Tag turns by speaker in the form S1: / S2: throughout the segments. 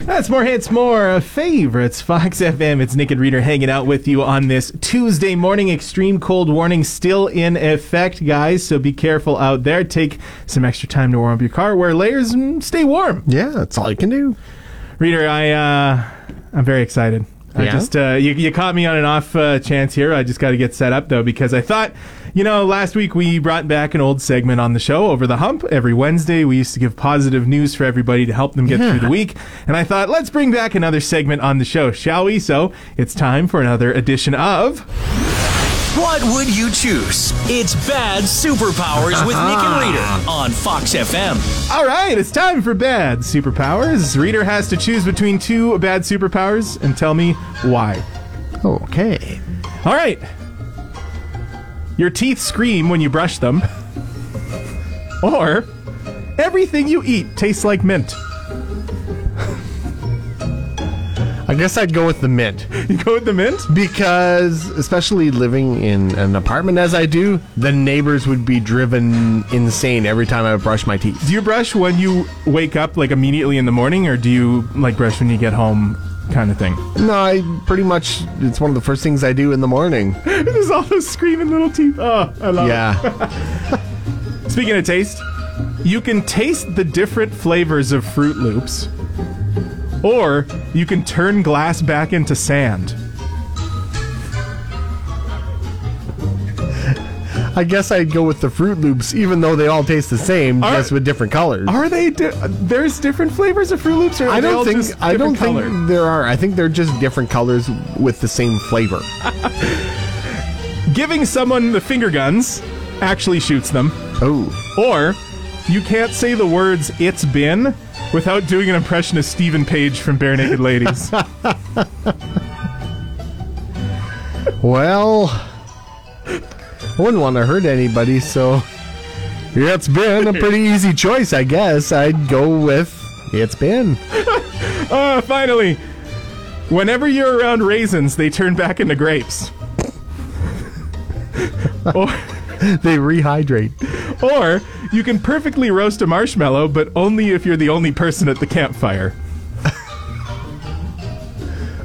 S1: That's more hits, more favorites. Fox FM. It's Nick and Reader hanging out with you on this Tuesday morning. Extreme cold warning still in effect, guys. So be careful out there. Take some extra time to warm up your car. Wear layers and stay warm.
S2: Yeah, that's all you can do.
S1: Reader, I uh, I'm very excited. I
S2: Yeah?
S1: just uh, you, you caught me on an off uh, chance here. I just got to get set up though because I thought, you know, last week we brought back an old segment on the show over the hump. Every Wednesday we used to give positive news for everybody to help them get
S2: Yeah.
S1: through the week, and I thought let's bring back another segment on the show, shall we? So it's time for another edition of.
S3: What would you choose? It's Bad Superpowers with Nick and Rita on Fox FM.
S1: All right, it's time for bad superpowers. Reader has to choose between two bad superpowers and tell me why.
S2: Okay.
S1: All right. Your teeth scream when you brush them. Or everything you eat tastes like mint.
S2: I guess I'd go with the mint
S1: You go with the mint?
S2: because, especially living in an apartment as I do, the neighbors would be driven insane every time I brush my teeth.
S1: Do you brush when you wake up like immediately in the morning or do you like brush when you get home kind of thing?
S2: No, I pretty much, it's one of the first things I do in the morning.
S1: There's all those screaming little teeth. Oh, I love
S2: Yeah.
S1: it. Speaking of taste, you can taste the different flavors of Fruit Loops. Or you can turn glass back into sand.
S2: I guess I'd go with the Fruit Loops, even though they all taste the same,
S1: Are-
S2: just with different colors.
S1: Are they? Di- there's different flavors of Fruit Loops, or are
S2: I
S1: they all
S2: don't think
S1: just
S2: I don't
S1: different color?
S2: think there are. I think they're just different colors with the same flavor.
S1: giving someone the finger guns actually shoots them,
S2: Oh,
S1: or you can't say the words "it's been" without doing an impression of Stephen Page from Bare Naked Ladies.
S2: well, I wouldn't want to hurt anybody, so yeah, it's been a pretty easy choice, I guess. I'd go with it's been.
S1: uh, finally, whenever you're around raisins, they turn back into grapes. or,
S2: They rehydrate.
S1: or you can perfectly roast a marshmallow, but only if you're the only person at the campfire.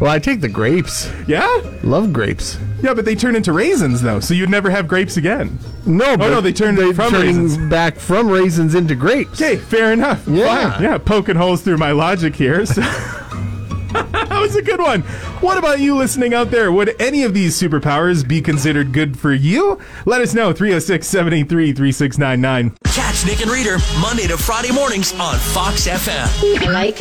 S2: Well, I take the grapes.
S1: Yeah.
S2: Love grapes.
S1: Yeah, but they turn into raisins though, so you'd never have grapes again.
S2: No, but
S1: Oh, no, they turned from
S2: turning
S1: raisins.
S2: back from raisins into grapes.
S1: Okay, fair enough.
S2: Yeah.
S1: Fine. yeah, poking holes through my logic here. So. that was a good one. What about you listening out there? Would any of these superpowers be considered good for you? Let us know 306 783 3699.
S3: Catch Nick and Reader Monday to Friday mornings on Fox FM.
S4: I like